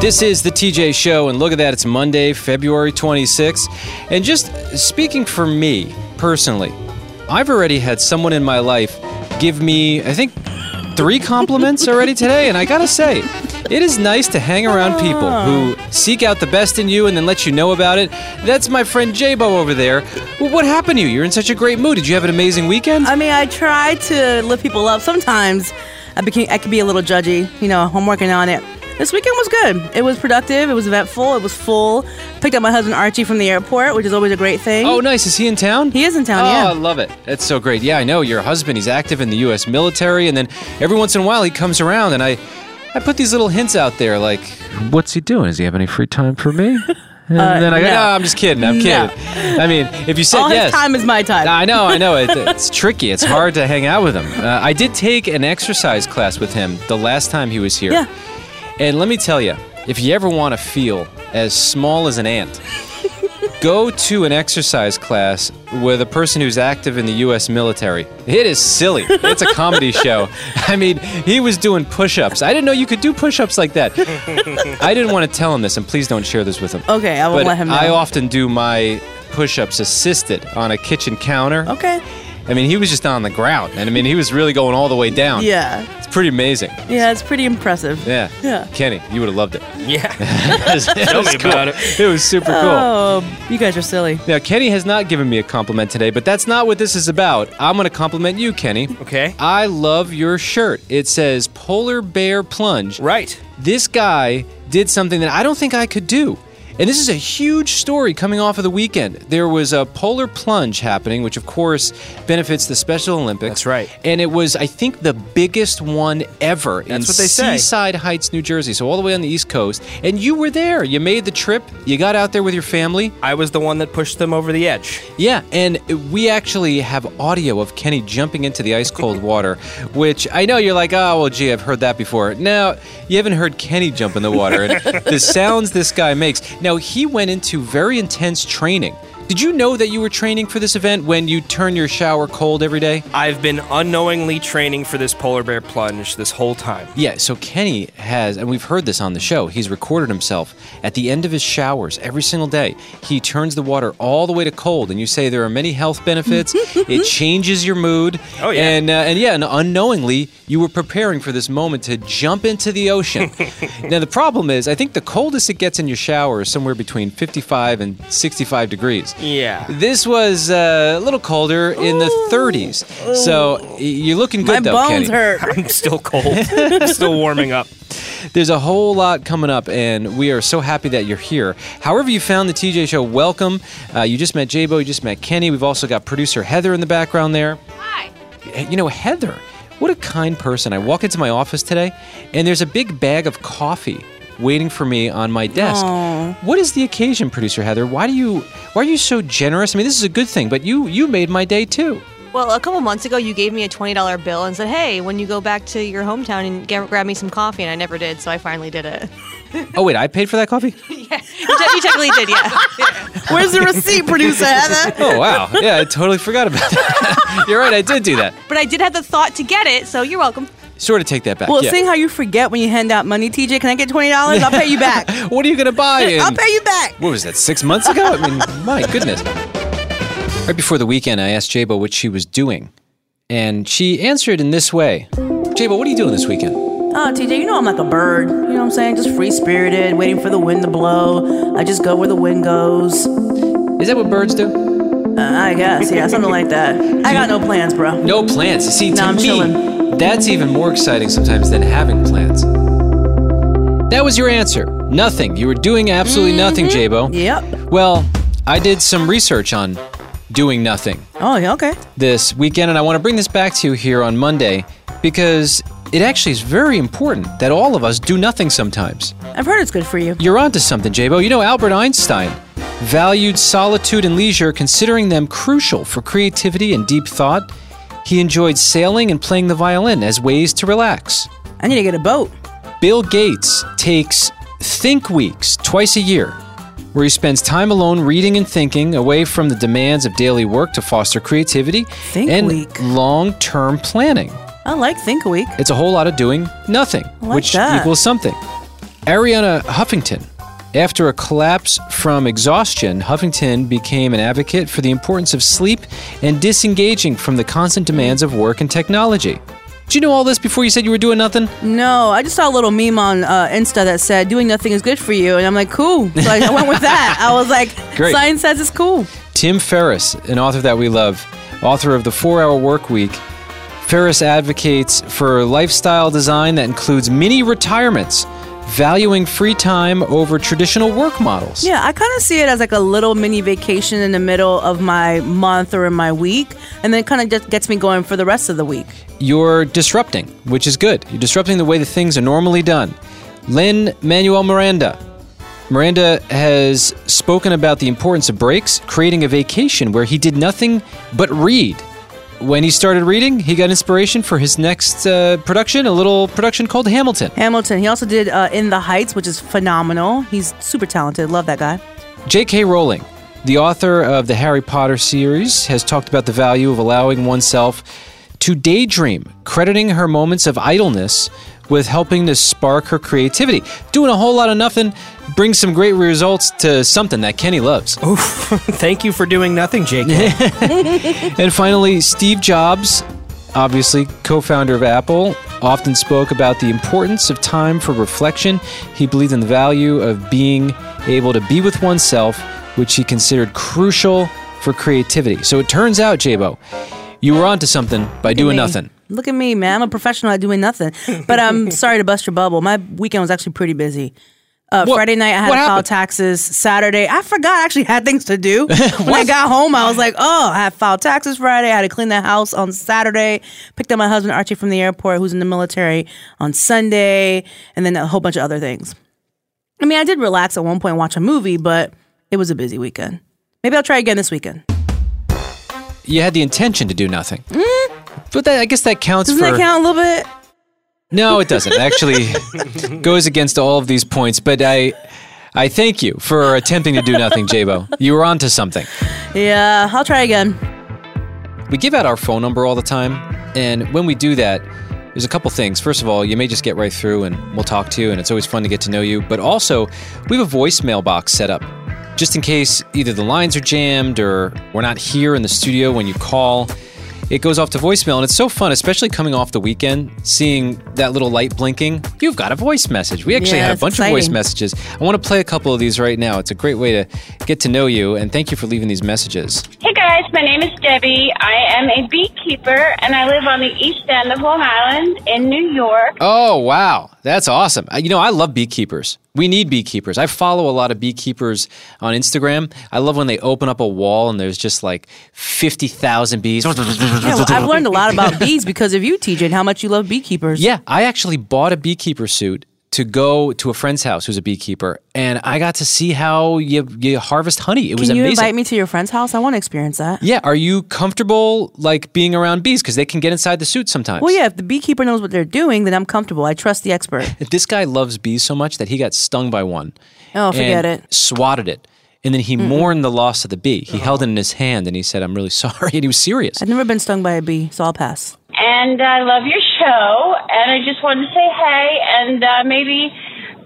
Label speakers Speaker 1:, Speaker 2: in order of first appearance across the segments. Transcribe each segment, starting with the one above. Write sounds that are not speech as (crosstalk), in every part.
Speaker 1: This is the TJ Show, and look at that. It's Monday, February 26th. And just speaking for me personally, I've already had someone in my life give me, I think, three compliments already today. And I gotta say, it is nice to hang around people who seek out the best in you and then let you know about it. That's my friend J-Bo over there. Well, what happened to you? You're in such a great mood. Did you have an amazing weekend?
Speaker 2: I mean, I try to lift people up. Sometimes I became I could be a little judgy. You know, I'm working on it. This weekend was good. It was productive. It was eventful. It was full. Picked up my husband Archie from the airport, which is always a great thing.
Speaker 1: Oh, nice. Is he in town?
Speaker 2: He is in town,
Speaker 1: Oh,
Speaker 2: yeah.
Speaker 1: I love it. That's so great. Yeah, I know. Your husband, he's active in the U.S. military, and then every once in a while he comes around, and I, I put these little hints out there, like, what's he doing? Does he have any free time for me?
Speaker 2: (laughs)
Speaker 1: And then I go,
Speaker 2: Uh, no.
Speaker 1: no, I'm just kidding. I'm
Speaker 2: No.
Speaker 1: kidding. I mean, if you said
Speaker 2: All
Speaker 1: yes,
Speaker 2: his time is my time.
Speaker 1: I know, I know. It, it's tricky. It's hard to hang out with him. Uh, I did take an exercise class with him the last time he was here.
Speaker 2: Yeah.
Speaker 1: And let me tell you, if you ever want to feel as small as an
Speaker 2: (laughs)
Speaker 1: ant, go to an exercise class with a person who's active in the U.S. military. It is silly. It's a
Speaker 2: (laughs)
Speaker 1: comedy show. I mean, he was doing push ups. I didn't know you could do push ups like that. I didn't want to tell him this, and please don't share this with him.
Speaker 2: Okay, I won't
Speaker 1: But
Speaker 2: let him know.
Speaker 1: I often do my push ups assisted on a kitchen counter.
Speaker 2: okay.
Speaker 1: I mean, he was just on the ground, and I mean, he was really going all the way down.
Speaker 2: Yeah.
Speaker 1: It's pretty amazing.
Speaker 2: Yeah, it's pretty impressive.
Speaker 1: Yeah.
Speaker 2: Yeah.
Speaker 1: Kenny, you would have loved it.
Speaker 3: Yeah.
Speaker 1: It was- it
Speaker 3: Tell
Speaker 1: was
Speaker 3: me about it.
Speaker 1: It was super cool.
Speaker 2: Oh, you guys are silly.
Speaker 1: Now, Kenny has not given me a compliment today, but that's not what this is about. I'm going to compliment you, Kenny.
Speaker 3: Okay.
Speaker 1: I love your shirt. It says Polar Bear Plunge.
Speaker 3: Right.
Speaker 1: This guy did something that I don't think I could do. And this is a huge story coming off of the weekend. There was a polar plunge happening, which of course benefits the Special Olympics.
Speaker 3: That's right.
Speaker 1: And it was, I think, the biggest one ever in
Speaker 3: That's what they say.
Speaker 1: Seaside Heights, New Jersey. So all the way on the East Coast. And you were there. You made the trip. You got out there with your family.
Speaker 3: I was the one that pushed them over the edge.
Speaker 1: Yeah, and we actually have audio of Kenny jumping into the ice cold water, which I know you're like, oh, well, gee, I've heard that before. Now, you haven't heard Kenny jump in the water and the sounds this guy makes. Now, he went into very intense training. Did you know that you were training for this event when you turn your shower cold every day?
Speaker 3: I've been unknowingly training for this polar bear plunge this whole time. (laughs)
Speaker 1: Yeah, so Kenny has, and we've heard this on the show, he's recorded himself at the end of his showers every single day. He turns the water all the way to cold, and you say there are many health
Speaker 2: (laughs)
Speaker 1: benefits. it changes your mood.
Speaker 3: Oh, yeah.
Speaker 1: And, uh, and yeah, and unknowingly, you were preparing for this moment to jump into the
Speaker 3: (laughs)
Speaker 1: ocean. now, the problem is, I think the coldest it gets in your shower is somewhere between 55 and 65 degrees.
Speaker 3: Yeah.
Speaker 1: This was uh, a little colder in the 30s. So y- you're looking
Speaker 2: My
Speaker 1: good, though,
Speaker 2: bones
Speaker 1: Kenny. (laughs)
Speaker 2: hurt.
Speaker 3: I'm still cold. (laughs) I'm still warming up. (laughs)
Speaker 1: There's a whole lot coming up, and we are so happy that you're here. However, you found the TJ Show, welcome. Uh, you just met Jabo, you just met Kenny. We've also got producer Heather in the background there.
Speaker 4: Hi.
Speaker 1: You know, Heather, what a kind person. I walk into my office today, and there's a big bag of coffee waiting for me on my desk. What is the occasion, producer Heather? Why do you why are you so generous? I mean, this is a good thing, but you you made my day too.
Speaker 4: Well, a couple months ago, you gave me a $20 bill and said, hey, when you go back to your hometown and get, grab me some coffee. And I never did, so I finally did it.
Speaker 1: Oh wait, I paid for that coffee?
Speaker 4: You te- you technically did, yeah.
Speaker 2: Where's the receipt,
Speaker 1: (laughs)
Speaker 2: producer Heather?
Speaker 1: Oh wow. Yeah, I totally forgot about that. (laughs) you're right, I did do that.
Speaker 4: But I did have the thought to get it, so you're welcome.
Speaker 1: Sort of take that back.
Speaker 2: Well,
Speaker 1: yeah.
Speaker 2: seeing how you forget when you hand out money, TJ, can I get twenty dollars? I'll pay
Speaker 1: (laughs)
Speaker 2: you back.
Speaker 1: What are you going to buy? In,
Speaker 2: I'll pay you back.
Speaker 1: What was that? Six months ago? I mean, (laughs) my goodness. Right before the weekend, I asked Jabo what she was doing, and she answered in this way: "Jabo, what are you doing this weekend?
Speaker 2: Oh, TJ, you know I'm like a bird. You know what I'm saying? Just free spirited, waiting for the wind to blow. I just go where the wind goes. Uh,
Speaker 1: Is that what birds do?
Speaker 2: I guess, yeah, something like that. I got no plans, bro.
Speaker 1: No plans. You See, to
Speaker 2: No, I'm
Speaker 1: me,
Speaker 2: chilling.
Speaker 1: that's even more exciting sometimes than having plans." That was your answer. Nothing. You were doing absolutely nothing,
Speaker 2: Mm-hmm.
Speaker 1: Jabo.
Speaker 2: Yep.
Speaker 1: Well, I did some research on doing nothing.
Speaker 2: Oh, yeah, okay.
Speaker 1: this weekend, and I want to bring this back to you here on Monday because it actually is very important that all of us do nothing sometimes.
Speaker 2: I've heard it's good for you.
Speaker 1: You're onto something, Jabo. You know, Albert Einstein valued solitude and leisure, considering them crucial for creativity and deep thought. He enjoyed sailing and playing the violin as ways to relax.
Speaker 2: I need to get a boat.
Speaker 1: Bill Gates takes Think Weeks twice a year, where he spends time alone reading and thinking, away from the demands of daily work to foster creativity
Speaker 2: Think
Speaker 1: and
Speaker 2: Week.
Speaker 1: long term planning.
Speaker 2: I like Think Week.
Speaker 1: It's a whole lot of doing nothing,
Speaker 2: like
Speaker 1: which
Speaker 2: that.
Speaker 1: equals something. Ariana Huffington. After a collapse from exhaustion, Huffington became an advocate for the importance of sleep and disengaging from the constant demands of work and technology. Did you know all this before you said you were doing nothing?
Speaker 2: No, I just saw a little meme on uh, Insta that said doing nothing is good for you, and I'm like, cool. So I, I went with that. I was (laughs) like,
Speaker 1: Great.
Speaker 2: science says it's cool.
Speaker 1: Tim Ferriss, an author that we love, author of The Four Hour Work Week, Ferriss advocates for lifestyle design that includes mini retirements, valuing free time over traditional work models.
Speaker 2: Yeah, I kind of see it as like a little mini vacation in the middle of my month or in my week, and then kind of just gets me going for the rest of the week.
Speaker 1: You're disrupting, which is good. You're disrupting the way that things are normally done. Lynn Manuel Miranda. Miranda has spoken about the importance of breaks, creating a vacation where he did nothing but read. When he started reading, he got inspiration for his next uh, production, a little production called Hamilton.
Speaker 2: Hamilton. He also did uh, In the Heights, which is phenomenal. He's super talented. Love that guy.
Speaker 1: J.K. Rowling, the author of the Harry Potter series, has talked about the value of allowing oneself to daydream, crediting her moments of idleness with helping to spark her creativity. Doing a whole lot of nothing brings some great results to something that Kenny loves.
Speaker 3: Thank you for doing nothing, Jake.
Speaker 1: And finally, Steve Jobs, obviously co founder of Apple, often spoke about the importance of time for reflection. He believed in the value of being able to be with oneself, which he considered crucial for creativity. So it turns out, Jabo, you were onto something by doing
Speaker 2: me.
Speaker 1: nothing.
Speaker 2: Look at me, man. I'm a professional at doing nothing.
Speaker 1: (laughs)
Speaker 2: But I'm sorry to bust your bubble. My weekend was actually pretty busy. Uh,
Speaker 1: What-
Speaker 2: Friday night, I had
Speaker 1: what
Speaker 2: to file
Speaker 1: happened?
Speaker 2: taxes. Saturday, I forgot I actually had things
Speaker 1: (laughs)
Speaker 2: to do. when I got home, I was like, oh, I had filed taxes Friday. I had to clean the house on Saturday. Picked up my husband, Archie, from the airport, who's in the military, on Sunday, and then a whole bunch of other things. I mean, I did relax at one point, watch a movie, but it was a busy weekend. Maybe I'll try again this weekend.
Speaker 1: You had the intention to do nothing. But that, I guess that counts
Speaker 2: Hmm? Doesn't
Speaker 1: for.
Speaker 2: that count a little bit?
Speaker 1: No, it doesn't. It
Speaker 2: (laughs)
Speaker 1: actually goes against all of these points. But I, I thank you for attempting to do nothing, Jabo. You were onto something.
Speaker 2: Yeah, I'll try again.
Speaker 1: We give out our phone number all the time, and when we do that, there's a couple things. First of all, you may just get right through and we'll talk to you, and it's always fun to get to know you. But also, we have a voicemail box set up just in case either the lines are jammed or we're not here in the studio when you call. It goes off to voicemail, and it's so fun, especially coming off the weekend, seeing that little light blinking. You've got a voice message. We actually
Speaker 2: Yeah,
Speaker 1: had a
Speaker 2: it's
Speaker 1: bunch of voice
Speaker 2: exciting.
Speaker 1: messages. I want to play a couple of these right now. It's a great way to get to know you, and thank you for leaving these messages.
Speaker 5: Hey guys, my name is Debbie. I am a beekeeper and I live on the east end of Long Island in New York.
Speaker 1: Oh, wow. That's awesome. Uh, You know, I love beekeepers. We need beekeepers. I follow a lot of beekeepers on Instagram. I love when they open up a wall and there's just like 50,000 bees.
Speaker 2: Yeah, well, I've learned a
Speaker 1: (laughs)
Speaker 2: lot about bees because of you, TJ, and how much you love beekeepers.
Speaker 1: Yeah, I actually bought a beekeeper suit to go to a friend's house who's a beekeeper, and I got to see how you, you harvest honey. It was
Speaker 2: Can you
Speaker 1: amazing.
Speaker 2: invite me to your friend's house? I want to experience that.
Speaker 1: Yeah, are you comfortable like being around bees? Because they can get inside the suit sometimes.
Speaker 2: Well, yeah, if the beekeeper knows what they're doing, then I'm comfortable. I trust the expert.
Speaker 1: (laughs) This guy loves bees so much that he got stung by one.
Speaker 2: Oh, forget
Speaker 1: and
Speaker 2: it.
Speaker 1: Swatted it. And then he mourned the loss of the bee. He held
Speaker 2: Oh.
Speaker 1: it in his hand and he said, I'm really (laughs) sorry. And he was serious.
Speaker 2: I've never been stung by a bee, so I'll pass.
Speaker 5: And I love your show and I just wanted to say hey and uh, maybe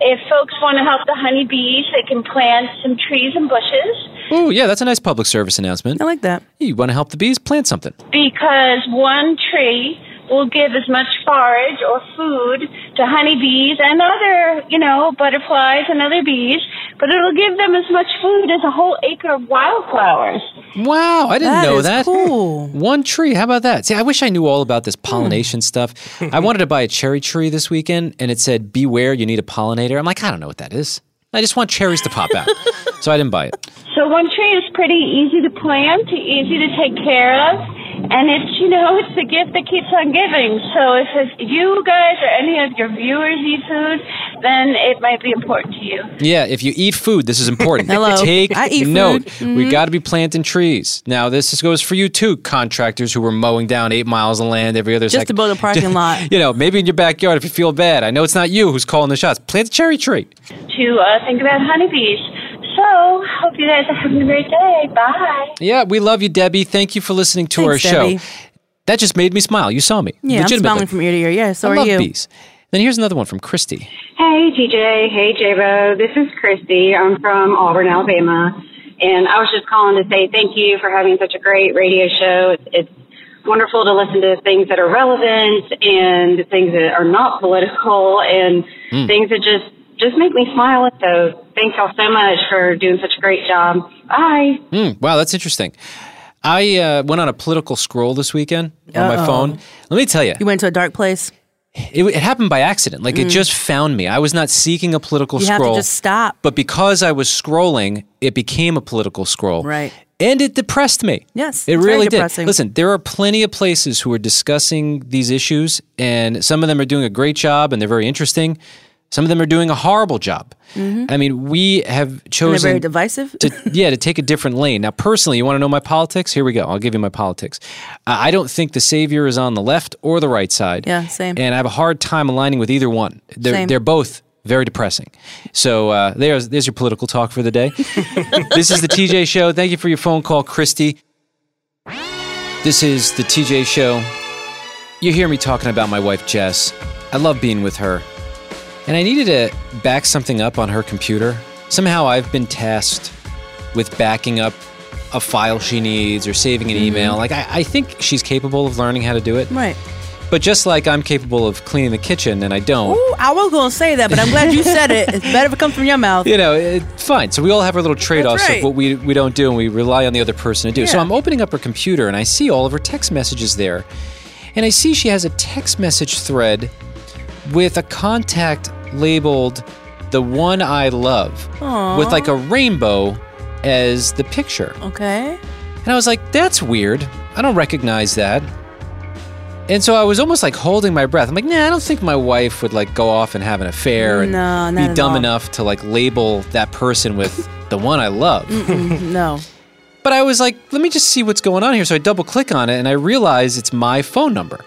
Speaker 5: if folks want to help the honeybees, they can plant some trees and bushes
Speaker 1: Oh, yeah, that's a nice public service announcement.
Speaker 2: I like that.
Speaker 1: You want to help the bees? Plant something.
Speaker 5: because one tree will give as much forage or food to honeybees and other, you know, butterflies and other bees, but it'll give them as much food as a whole acre of wildflowers.
Speaker 1: Wow, I didn't
Speaker 2: That
Speaker 1: know
Speaker 2: is
Speaker 1: that.
Speaker 2: cool.
Speaker 1: (laughs)
Speaker 2: Hmm.
Speaker 1: One tree. How about that? See, I wish I knew all about this pollination stuff. I wanted to buy a cherry tree this weekend and it said, Beware, you need a pollinator. I'm like, I don't know what that is. I just want cherries to pop
Speaker 2: (laughs)
Speaker 1: out. so I didn't buy it.
Speaker 5: So one tree is pretty easy to plant, easy to take care of, and it's you know it's the gift that keeps on giving. So if it's you guys or any of your viewers eat food, then it might be important to you.
Speaker 1: Yeah, if you eat food, this is important.
Speaker 2: (laughs) Hello.
Speaker 1: Take
Speaker 2: I eat
Speaker 1: note.
Speaker 2: food. Mm-hmm.
Speaker 1: We got to be planting trees. Now, this is- goes for you too, contractors who were mowing down eight miles of land every other
Speaker 2: Just
Speaker 1: second.
Speaker 2: to build a
Speaker 1: (laughs)
Speaker 2: parking lot.
Speaker 1: You know, maybe in your backyard if you feel bad. I know it's not you who's calling the shots. Plant a cherry tree.
Speaker 5: To uh, think about honeybees. So hope you guys are having a great day. Bye.
Speaker 1: Yeah, we love you, Debbie. Thank you for listening to
Speaker 2: Thanks,
Speaker 1: our show.
Speaker 2: Debbie.
Speaker 1: That just made me smile. You saw me.
Speaker 2: Yeah, I'm
Speaker 1: Legitimately.
Speaker 2: smiling from ear to ear. Yeah, so
Speaker 1: I
Speaker 2: are
Speaker 1: love
Speaker 2: you.
Speaker 1: bees. Then here's another one from Christy.
Speaker 6: Hey, TJ. Hey, Jabo. This is Christy. I'm from Auburn, Alabama. And I was just calling to say thank you for having such a great radio show. It's, it's wonderful to listen to things that are relevant and things that are not political and things that just just make me smile. So thanks y'all so much for doing such a great job. Bye.
Speaker 1: Hmm, wow, that's interesting. I uh, went on a political scroll this weekend on my
Speaker 2: Uh-oh.
Speaker 1: phone. Let me tell you,
Speaker 2: You went to a dark place.
Speaker 1: it, it happened by accident. Like it just found me. I was not seeking a political
Speaker 2: Mm. You have to
Speaker 1: scroll.
Speaker 2: just stop.
Speaker 1: But because I was scrolling, it became a political scroll.
Speaker 2: Right.
Speaker 1: And it depressed me.
Speaker 2: Yes,
Speaker 1: It
Speaker 2: it's very
Speaker 1: really did.
Speaker 2: depressing.
Speaker 1: Listen, there are plenty of places who are discussing these issues, and some of them are doing a great job and they're very interesting. Some of them are doing a horrible job. I mean, we have
Speaker 2: Mm-hmm. And they're
Speaker 1: chosen
Speaker 2: very divisive. (laughs)
Speaker 1: to yeah to take a different lane. Now, personally, you want to know my politics? Here we go. I'll give you my politics. I I don't think the savior is on the left or the right side.
Speaker 2: Yeah, same.
Speaker 1: And I have a hard time aligning with either one. They're
Speaker 2: Same.
Speaker 1: they're both very depressing. So uh, there's there's your political talk for the day.
Speaker 2: (laughs)
Speaker 1: this is the TJ Show. Thank you for your phone call, Christy. This is the TJ Show. You hear me talking about my wife Jess. I love being with her. And I needed to back something up on her computer. Somehow I've been tasked with backing up a file she needs or saving an email. Like, I, I think she's capable of learning how to do it.
Speaker 2: right.
Speaker 1: But just like I'm capable of cleaning the kitchen and I don't,
Speaker 2: Ooh, I was gonna say that, but I'm glad you said it. It's better if it comes from
Speaker 1: (laughs)
Speaker 2: your mouth.
Speaker 1: you know, it, fine. So we all have our little trade offs
Speaker 2: right.
Speaker 1: of what we, we don't do and we rely on the other person to do. So
Speaker 2: Yeah.
Speaker 1: I'm opening up her computer and I see all of her text messages there. And I see she has a text message thread with a contact labeled the one I love with like a rainbow as the picture.
Speaker 2: Okay.
Speaker 1: And I was like, that's weird. I don't recognize that. And so I was almost like holding my breath. I'm like, nah, I don't think my wife would like go off and have an affair and
Speaker 2: No, not
Speaker 1: be
Speaker 2: at
Speaker 1: dumb
Speaker 2: all.
Speaker 1: enough to like label that person
Speaker 2: (laughs)
Speaker 1: with the one I love.
Speaker 2: No.
Speaker 1: But I was like, let me just see what's going on here. So I double click on it and I realize it's my phone number.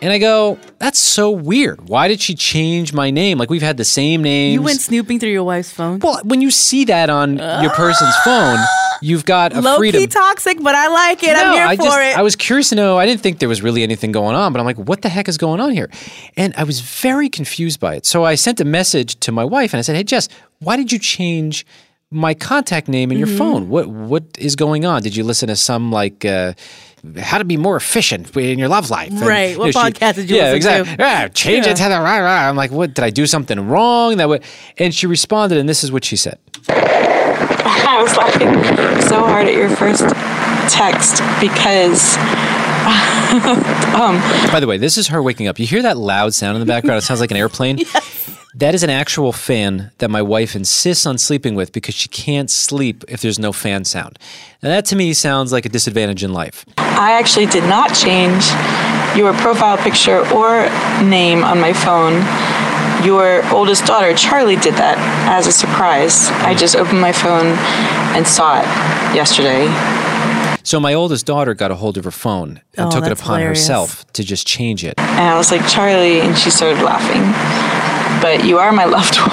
Speaker 1: And I go, that's so weird. Why did she change my name? Like we've had the same names.
Speaker 2: You went snooping through your wife's phone.
Speaker 1: well, when you see that on your person's phone, you've got a
Speaker 2: Low
Speaker 1: freedom.
Speaker 2: key toxic, but I like it. I'm here
Speaker 1: I
Speaker 2: for
Speaker 1: just,
Speaker 2: it.
Speaker 1: I was curious to know. I didn't think there was really anything going on, but I'm like, what the heck is going on here? And I was very confused by it. So I sent a message to my wife and I said, Hey Jess, why did you change my contact name in your
Speaker 2: Mm-hmm.
Speaker 1: phone? What what is going on? Did you listen to some like uh, how to be more efficient in your love life? And,
Speaker 2: Right. What podcast did you
Speaker 1: yeah,
Speaker 2: listen
Speaker 1: exactly.
Speaker 2: to?
Speaker 1: Yeah, change it to the rah, rah. I'm like, what? Did I do something wrong? That would. And she responded, and this is what she said.
Speaker 7: I was laughing so hard at your first text because
Speaker 1: By the way, this is her waking up. You hear that loud sound in the background? It sounds
Speaker 2: (laughs)
Speaker 1: like an airplane. That is an actual fan that my wife insists on sleeping with because she can't sleep if there's no fan sound. Now, that to me sounds like a disadvantage in life.
Speaker 7: I actually did not change your profile picture or name on my phone. Your oldest daughter, Charlie, did that as a surprise. I just opened my phone and saw it yesterday.
Speaker 1: So, my oldest daughter got a hold of her phone and
Speaker 2: Oh,
Speaker 1: took it
Speaker 2: that's
Speaker 1: upon
Speaker 2: hilarious.
Speaker 1: herself to just change it.
Speaker 7: And I was like, Charlie, and she started laughing. But you are my (laughs) loved one.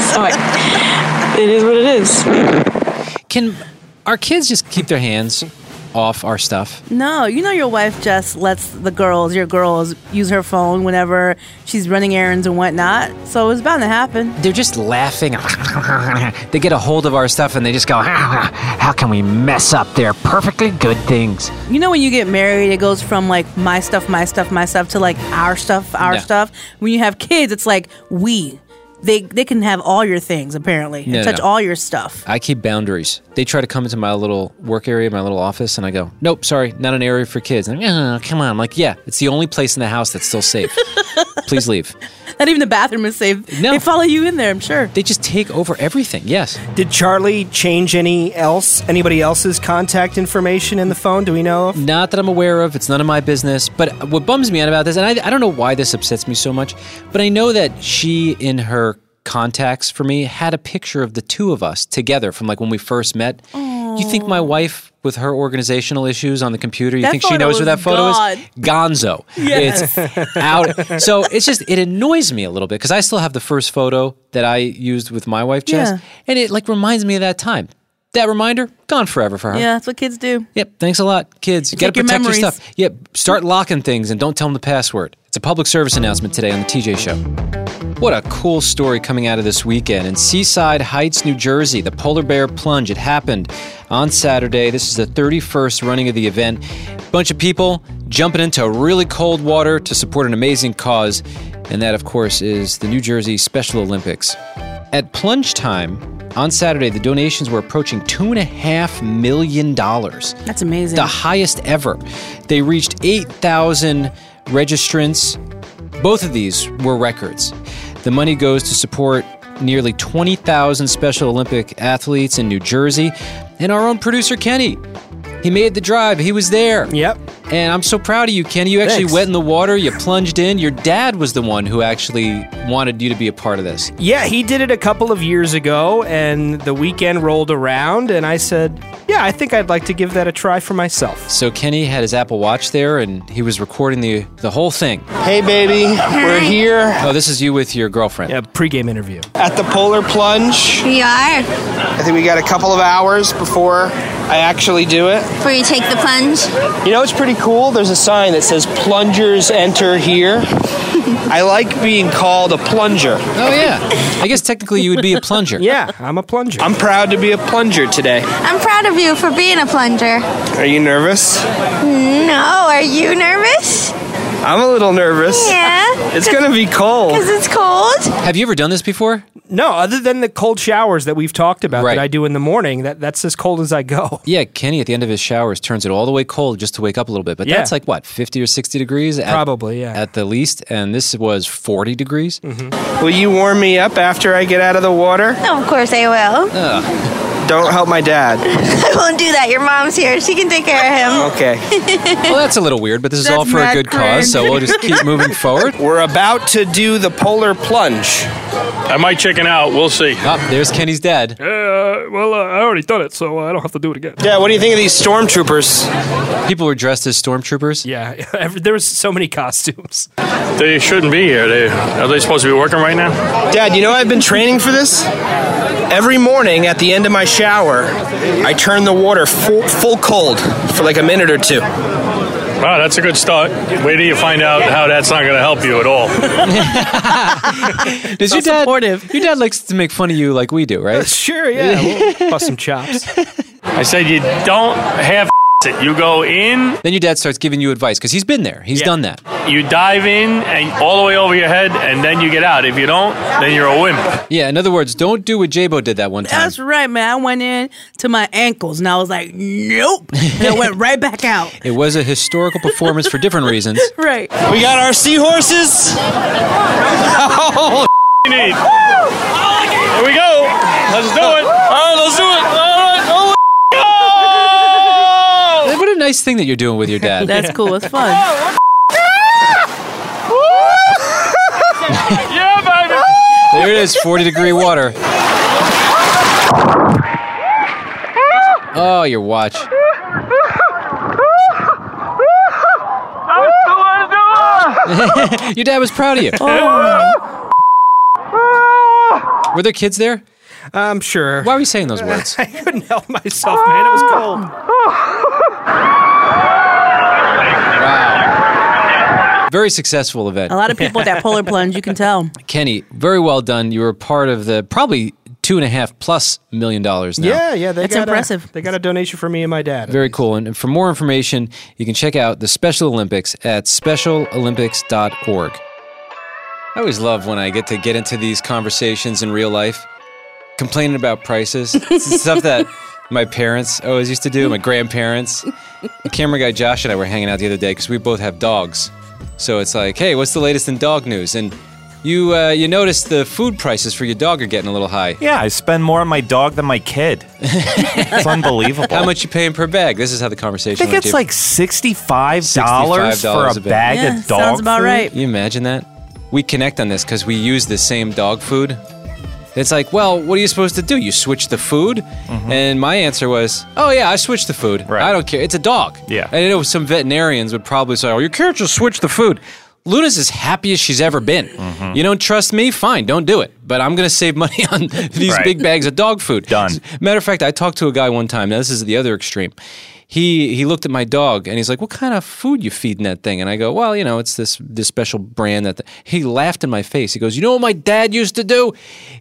Speaker 7: so I, it is what it is.
Speaker 1: Can our kids just keep their hands off our stuff?
Speaker 2: No, you know your wife just lets the girls, your girls, use her phone whenever she's running errands and whatnot. So it's bound to happen.
Speaker 1: They're just laughing. (laughs) they get a hold of our stuff and they just go, how can we mess up their perfectly good things?
Speaker 2: You know when you get married, it goes from like my stuff, my stuff, my stuff to like our stuff, our
Speaker 1: No.
Speaker 2: stuff. When you have kids, it's like we. They they can have all your things apparently and
Speaker 1: No, no,
Speaker 2: touch
Speaker 1: no.
Speaker 2: all your stuff.
Speaker 1: I keep boundaries. They try to come into my little work area, my little office, and I go, nope, sorry, not an area for kids. And they're, "Oh, come on. I'm like, yeah, it's the only place in the house that's still safe. Please leave.
Speaker 2: Not even the bathroom is safe.
Speaker 1: No.
Speaker 2: They follow you in there, I'm sure.
Speaker 1: They just take over everything. Yes.
Speaker 3: (laughs) Did Charlie change any else anybody else's contact information in the phone? Do we know? Of?
Speaker 1: Not that I'm aware of. It's none of my business. But what bums me out about this, and I, I don't know why this upsets me so much, but I know that she, in her contacts for me, had a picture of the two of us together from like when we first met. You think my wife with her organizational issues on the computer, you
Speaker 2: That
Speaker 1: think she
Speaker 2: photo
Speaker 1: knows where
Speaker 2: is
Speaker 1: that photo
Speaker 2: gone.
Speaker 1: is? Gonzo.
Speaker 2: (laughs)
Speaker 1: It's out. So it's just, it annoys me a little bit because I still have the first photo that I used with my wife, Jess,
Speaker 2: Yeah.
Speaker 1: and it like reminds me of that time. That reminder, gone forever for her.
Speaker 2: Yeah, that's what kids do.
Speaker 1: Yep. Thanks a lot, kids. You got to
Speaker 2: take your
Speaker 1: protect your
Speaker 2: memories.
Speaker 1: stuff. Yep. Start locking things and don't tell them the password. It's a public service announcement today on the TJ Show. What a cool story coming out of this weekend. In Seaside Heights, New Jersey, the polar bear plunge. It happened on Saturday. This is the 31st running of the event. Bunch of people jumping into really cold water to support an amazing cause, and that, of course, is the New Jersey Special Olympics. At plunge time on Saturday, the donations were approaching $2.5 million.
Speaker 2: That's amazing.
Speaker 1: The highest ever. They reached 8,000 registrants. Both of these were records. The money goes to support nearly 20,000 Special Olympic athletes in New Jersey. And our own producer, Kenny, he made the drive. He was there.
Speaker 3: Yep.
Speaker 1: And I'm so proud of you, Kenny. You actually
Speaker 3: Thanks.
Speaker 1: went in the water, you plunged in. Your dad was the one who actually wanted you to be a part of this.
Speaker 3: Yeah, he did it a couple of years ago, and the weekend rolled around, and I said, Yeah, I think I'd like to give that a try for myself.
Speaker 1: So Kenny had his Apple Watch there and he was recording the, the whole thing.
Speaker 8: Hey, baby, we're here
Speaker 1: Oh, this is you with your girlfriend.
Speaker 3: A pregame interview.
Speaker 8: at the Polar Plunge.
Speaker 9: We are.
Speaker 8: I think we got a couple of hours before I actually do it.
Speaker 9: Before you take the plunge.
Speaker 8: You know, it's pretty cool. There's a sign that says "Plungers Enter Here." I like being called a plunger.
Speaker 1: Oh, yeah. I guess technically you would be a plunger.
Speaker 3: (laughs) Yeah, I'm a plunger.
Speaker 8: I'm proud to be a plunger today.
Speaker 9: I'm proud of you for being a plunger.
Speaker 8: Are you nervous?
Speaker 9: No, are you nervous?
Speaker 8: I'm a little nervous.
Speaker 9: Yeah.
Speaker 8: It's gonna be cold.
Speaker 9: Because it's cold.
Speaker 1: Have you ever done this before?
Speaker 3: no, other than the cold showers that we've talked about
Speaker 1: Right.
Speaker 3: that I do in the morning, that, that's as cold as I go.
Speaker 1: Yeah, Kenny at the end of his showers turns it all the way cold just to wake up a little bit. But
Speaker 3: Yeah.
Speaker 1: that's like what, 50 or 60 degrees? At,
Speaker 3: Probably, yeah. Mm-hmm.
Speaker 1: At the least. And this was 40 degrees.
Speaker 8: Will you warm me up after I get out of the water?
Speaker 9: Of course I will.
Speaker 8: Don't help my dad.
Speaker 9: (laughs) I won't do that. Your mom's here. She can take care of him.
Speaker 8: Okay.
Speaker 1: Well, that's a little weird, but this is all for a good cause. So we'll just keep moving forward.
Speaker 8: We're about to do the polar plunge.
Speaker 10: I might chicken out. We'll see.
Speaker 1: Oh, there's Kenny's dad.
Speaker 10: well, uh, I already done it, so uh, I don't have to do it again.
Speaker 8: Yeah, what do you think of these stormtroopers?
Speaker 1: People were dressed as stormtroopers.
Speaker 3: Yeah, (laughs) every, there was so many costumes. (laughs)
Speaker 10: They shouldn't be here. They are they supposed to be working right now?
Speaker 8: Dad, you know I've been training for this? Every morning at the end of my shower, I turn the water full, full cold for like a minute or two.
Speaker 10: Wow, that's a good start. Wait till you find out how that's not going to help you at all.
Speaker 8: (laughs)
Speaker 1: Does your
Speaker 2: So
Speaker 1: dad?
Speaker 2: supportive.
Speaker 1: Your dad likes to make fun of you like we do,
Speaker 3: (laughs)
Speaker 1: right?
Speaker 3: Sure, yeah. (laughs) we'll bust some chops.
Speaker 10: I said you don't have (laughs) it. You go in,
Speaker 1: Then your dad starts giving you advice because he's been there. He's done that.
Speaker 10: you dive in, and all the way over your head, and then you get out. If you don't, then you're a wimp.
Speaker 1: Yeah. In other words, don't do what Jabo did that one time.
Speaker 2: That's right, man. I went in to my ankles and I was like, nope. And I went right
Speaker 1: (laughs)
Speaker 2: back out.
Speaker 1: It was a historical performance for different reasons.
Speaker 2: Right.
Speaker 8: (laughs) We got our seahorses. Oh,
Speaker 10: You need. Here we go. Let's do it.
Speaker 8: oh, let's do it. All right, oh
Speaker 1: What a nice thing that you're doing with
Speaker 8: (laughs)
Speaker 1: your dad.
Speaker 2: That's cool. It's fun.
Speaker 10: Yeah, baby.
Speaker 1: There it is, 40 degree water. Oh, your watch. your dad was
Speaker 8: (laughs)
Speaker 1: proud of you. Were there kids there?
Speaker 3: I'm Um, sure.
Speaker 1: Why are we saying
Speaker 8: (laughs)
Speaker 1: those words?
Speaker 3: I couldn't help myself, man. It was cold.
Speaker 1: Wow. Very successful event.
Speaker 2: A lot of people
Speaker 1: (laughs)
Speaker 2: with that polar plunge, you can tell.
Speaker 1: Kenny, very well done. You were part of the probably two and a half plus million dollars now.
Speaker 3: Yeah, yeah. They
Speaker 2: That's
Speaker 3: got
Speaker 2: impressive.
Speaker 3: A, they got a donation for me and my dad.
Speaker 1: Very cool. And for more information, you can check out the Special Olympics at specialolympics.org. I always love when I get to get into these conversations in real life, complaining
Speaker 11: (laughs)
Speaker 1: about prices. It's stuff that my parents always used to do, my grandparents. The camera guy Josh and I were hanging out the other day because we both have dogs. So it's like, hey, what's the latest in dog news? And you uh, you notice the food prices for your dog are getting a little high.
Speaker 11: Yeah, I spend more on my dog than my
Speaker 3: (laughs)
Speaker 11: kid. it's unbelievable.
Speaker 3: Um,
Speaker 1: How much you paying per bag? This is how the conversation
Speaker 11: I think
Speaker 1: went
Speaker 11: it's
Speaker 1: to.
Speaker 11: like sixty-five dollars for
Speaker 1: $65
Speaker 11: a
Speaker 1: a bag.
Speaker 11: bag
Speaker 2: Yeah,
Speaker 11: of dog
Speaker 2: sounds about
Speaker 11: food?
Speaker 2: right.
Speaker 1: Can you imagine that? We connect on this because we use the same dog food. It's like, well, what are you supposed to do? You switch the food? And my answer was, oh, yeah, I switched the food.
Speaker 11: Mm-hmm. Right.
Speaker 1: I don't care. It's a dog.
Speaker 11: Yeah.
Speaker 1: And I know some veterinarians would probably say, oh, you can't just switch the food. Luna's as happy as she's ever been.
Speaker 11: Mm-hmm.
Speaker 1: You don't trust me? Fine, don't do it. But I'm going to save money (laughs) on these
Speaker 11: Right.
Speaker 1: big bags of dog food. (laughs)
Speaker 11: Done.
Speaker 1: Matter of fact, I talked to a guy one time. Now, this is the other extreme. he he looked at my dog and he's like, "What kind of food you feeding that thing?" And I go, "Well, you know, it's this this special brand that." th-" He laughed in my face. He goes, "You know what my dad used to do?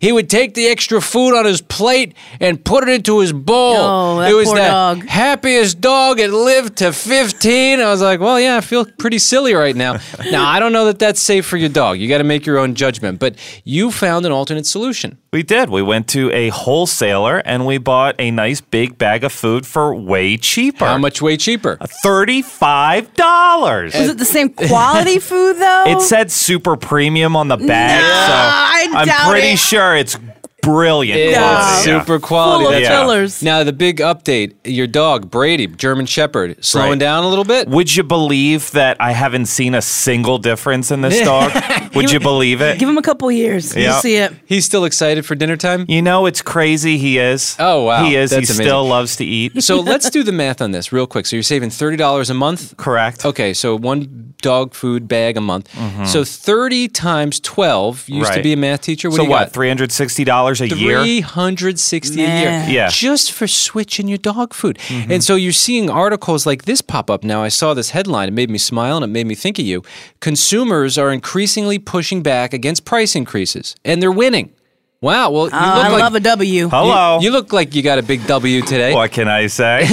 Speaker 1: He would take the extra food on his plate and put it into his bowl.
Speaker 2: Oh, that
Speaker 1: it was
Speaker 2: poor
Speaker 1: the
Speaker 2: dog.
Speaker 1: happiest dog that lived to 15." I was like, "Well, yeah, I feel pretty silly right
Speaker 2: (laughs)
Speaker 1: now." now I don't know that that's safe for your dog. You got to make your own judgment. But you found an alternate solution.
Speaker 11: We did. We went to a wholesaler and we bought a nice big bag of food for way cheaper. How
Speaker 1: much way cheaper?
Speaker 11: Thirty-five dollars.
Speaker 2: Was it the same
Speaker 1: (laughs)
Speaker 2: quality food though?
Speaker 11: It said super premium on the bag,
Speaker 2: No,
Speaker 11: so
Speaker 2: I doubt
Speaker 11: am pretty
Speaker 2: it.
Speaker 11: sure it's brilliant.
Speaker 1: It
Speaker 11: quality.
Speaker 1: is
Speaker 11: Yeah.
Speaker 1: super quality.
Speaker 11: Full of
Speaker 1: That's right.
Speaker 11: fillers.
Speaker 1: Now the big update: your dog Brady, German Shepherd, slowing
Speaker 11: Right.
Speaker 1: down a little bit.
Speaker 11: Would you believe that I haven't seen a single difference in
Speaker 1: (laughs)
Speaker 11: this dog? Would you believe it?
Speaker 2: Give him a couple years. You'll
Speaker 11: Yeah.
Speaker 2: see it.
Speaker 1: He's still excited for dinner time.
Speaker 11: You know, it's crazy. He is. Oh
Speaker 1: wow.
Speaker 11: he is.
Speaker 1: That's
Speaker 11: he
Speaker 1: amazing.
Speaker 11: still loves to eat.
Speaker 1: So let's do the math on this real quick. So you're saving thirty dollars a month,
Speaker 11: correct?
Speaker 1: Okay, so one dog food bag a month. So thirty times twelve used to
Speaker 11: Mm-hmm. Right.
Speaker 1: be a math teacher. What
Speaker 11: so
Speaker 1: do you
Speaker 11: what? Three hundred sixty dollars a
Speaker 1: Got?
Speaker 11: year.
Speaker 1: Three hundred sixty a year.
Speaker 11: Man. Yeah. Mm-hmm.
Speaker 1: just for switching your dog food. And so you're seeing articles like this pop up now. I saw this headline. It made me smile and it made me think of you. Consumers are increasingly pushing back against price increases, and they're winning. Wow. Well, you
Speaker 2: Oh,
Speaker 1: look
Speaker 2: I
Speaker 1: like
Speaker 2: love a W.
Speaker 1: You, you look like you got a big W today.
Speaker 11: What can I say?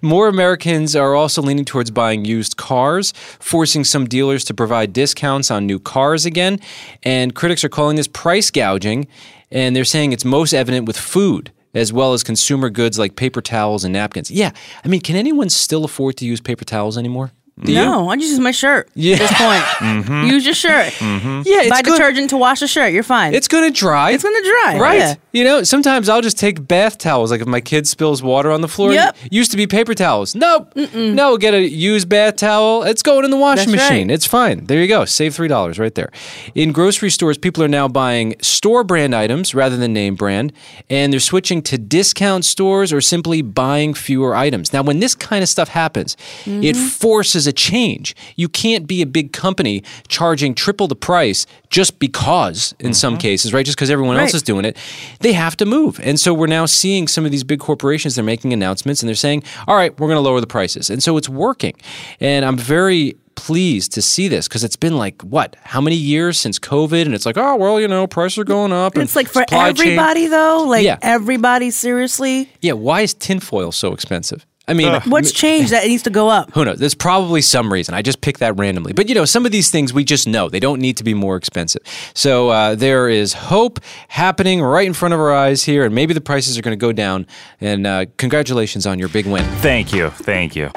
Speaker 1: More Americans are also leaning towards buying used cars, forcing some dealers to provide discounts on new cars again. And critics are calling this price gouging, and they're saying it's most evident with food. As well as consumer goods like paper towels and napkins. Yeah, I mean, can anyone still afford to use paper towels anymore? Do you?
Speaker 2: no, I just use my shirt. Yeah. At
Speaker 1: (laughs)
Speaker 2: this point,
Speaker 1: Mhm.
Speaker 2: use your shirt.
Speaker 1: Mhm. Yeah, it's
Speaker 2: buy
Speaker 1: good.
Speaker 2: detergent to wash a shirt. You're fine.
Speaker 1: It's gonna dry.
Speaker 2: It's gonna dry.
Speaker 1: Right.
Speaker 2: yeah.
Speaker 1: You know, sometimes I'll just take bath towels. Like if my kid spills water on the floor,
Speaker 2: Yep.
Speaker 1: it used to be paper towels. Nope. No, get a used bath towel. It's going in the washing
Speaker 2: That's
Speaker 1: machine.
Speaker 2: right.
Speaker 1: It's fine. There you go. Save $3 right there. In grocery stores, people are now buying store brand items rather than name brand, and they're switching to discount stores or simply buying fewer items. Now, when this kind of stuff happens,
Speaker 2: Mm-hmm.
Speaker 1: it
Speaker 12: Mhm.
Speaker 1: forces a change. You can't be a big company charging triple the price just because, in some
Speaker 2: Mm-hmm.
Speaker 1: cases, right? Just because everyone else
Speaker 12: Right.
Speaker 1: is doing it, they have to move. And so we're now seeing some of these big corporations, they're making announcements and they're saying, all right, we're going to lower the prices. And so it's working. And I'm very pleased to see this because it's been like, what, how many years since COVID? And it's like, oh, well, you know, prices are going up. and
Speaker 2: It's like for
Speaker 1: supply chain-
Speaker 2: everybody though. Like
Speaker 1: Yeah.
Speaker 2: everybody, seriously.
Speaker 1: Yeah. Why is tinfoil so expensive? I mean,
Speaker 2: what's changed that it needs to go up?
Speaker 1: Who knows? There's probably some reason. I just picked that randomly. But you know, some of these things we just know they don't need to be more expensive. So uh, there is hope happening right in front of our eyes here, and maybe the prices are going to go down. And uh, congratulations on your big win.
Speaker 11: Thank you. Thank you.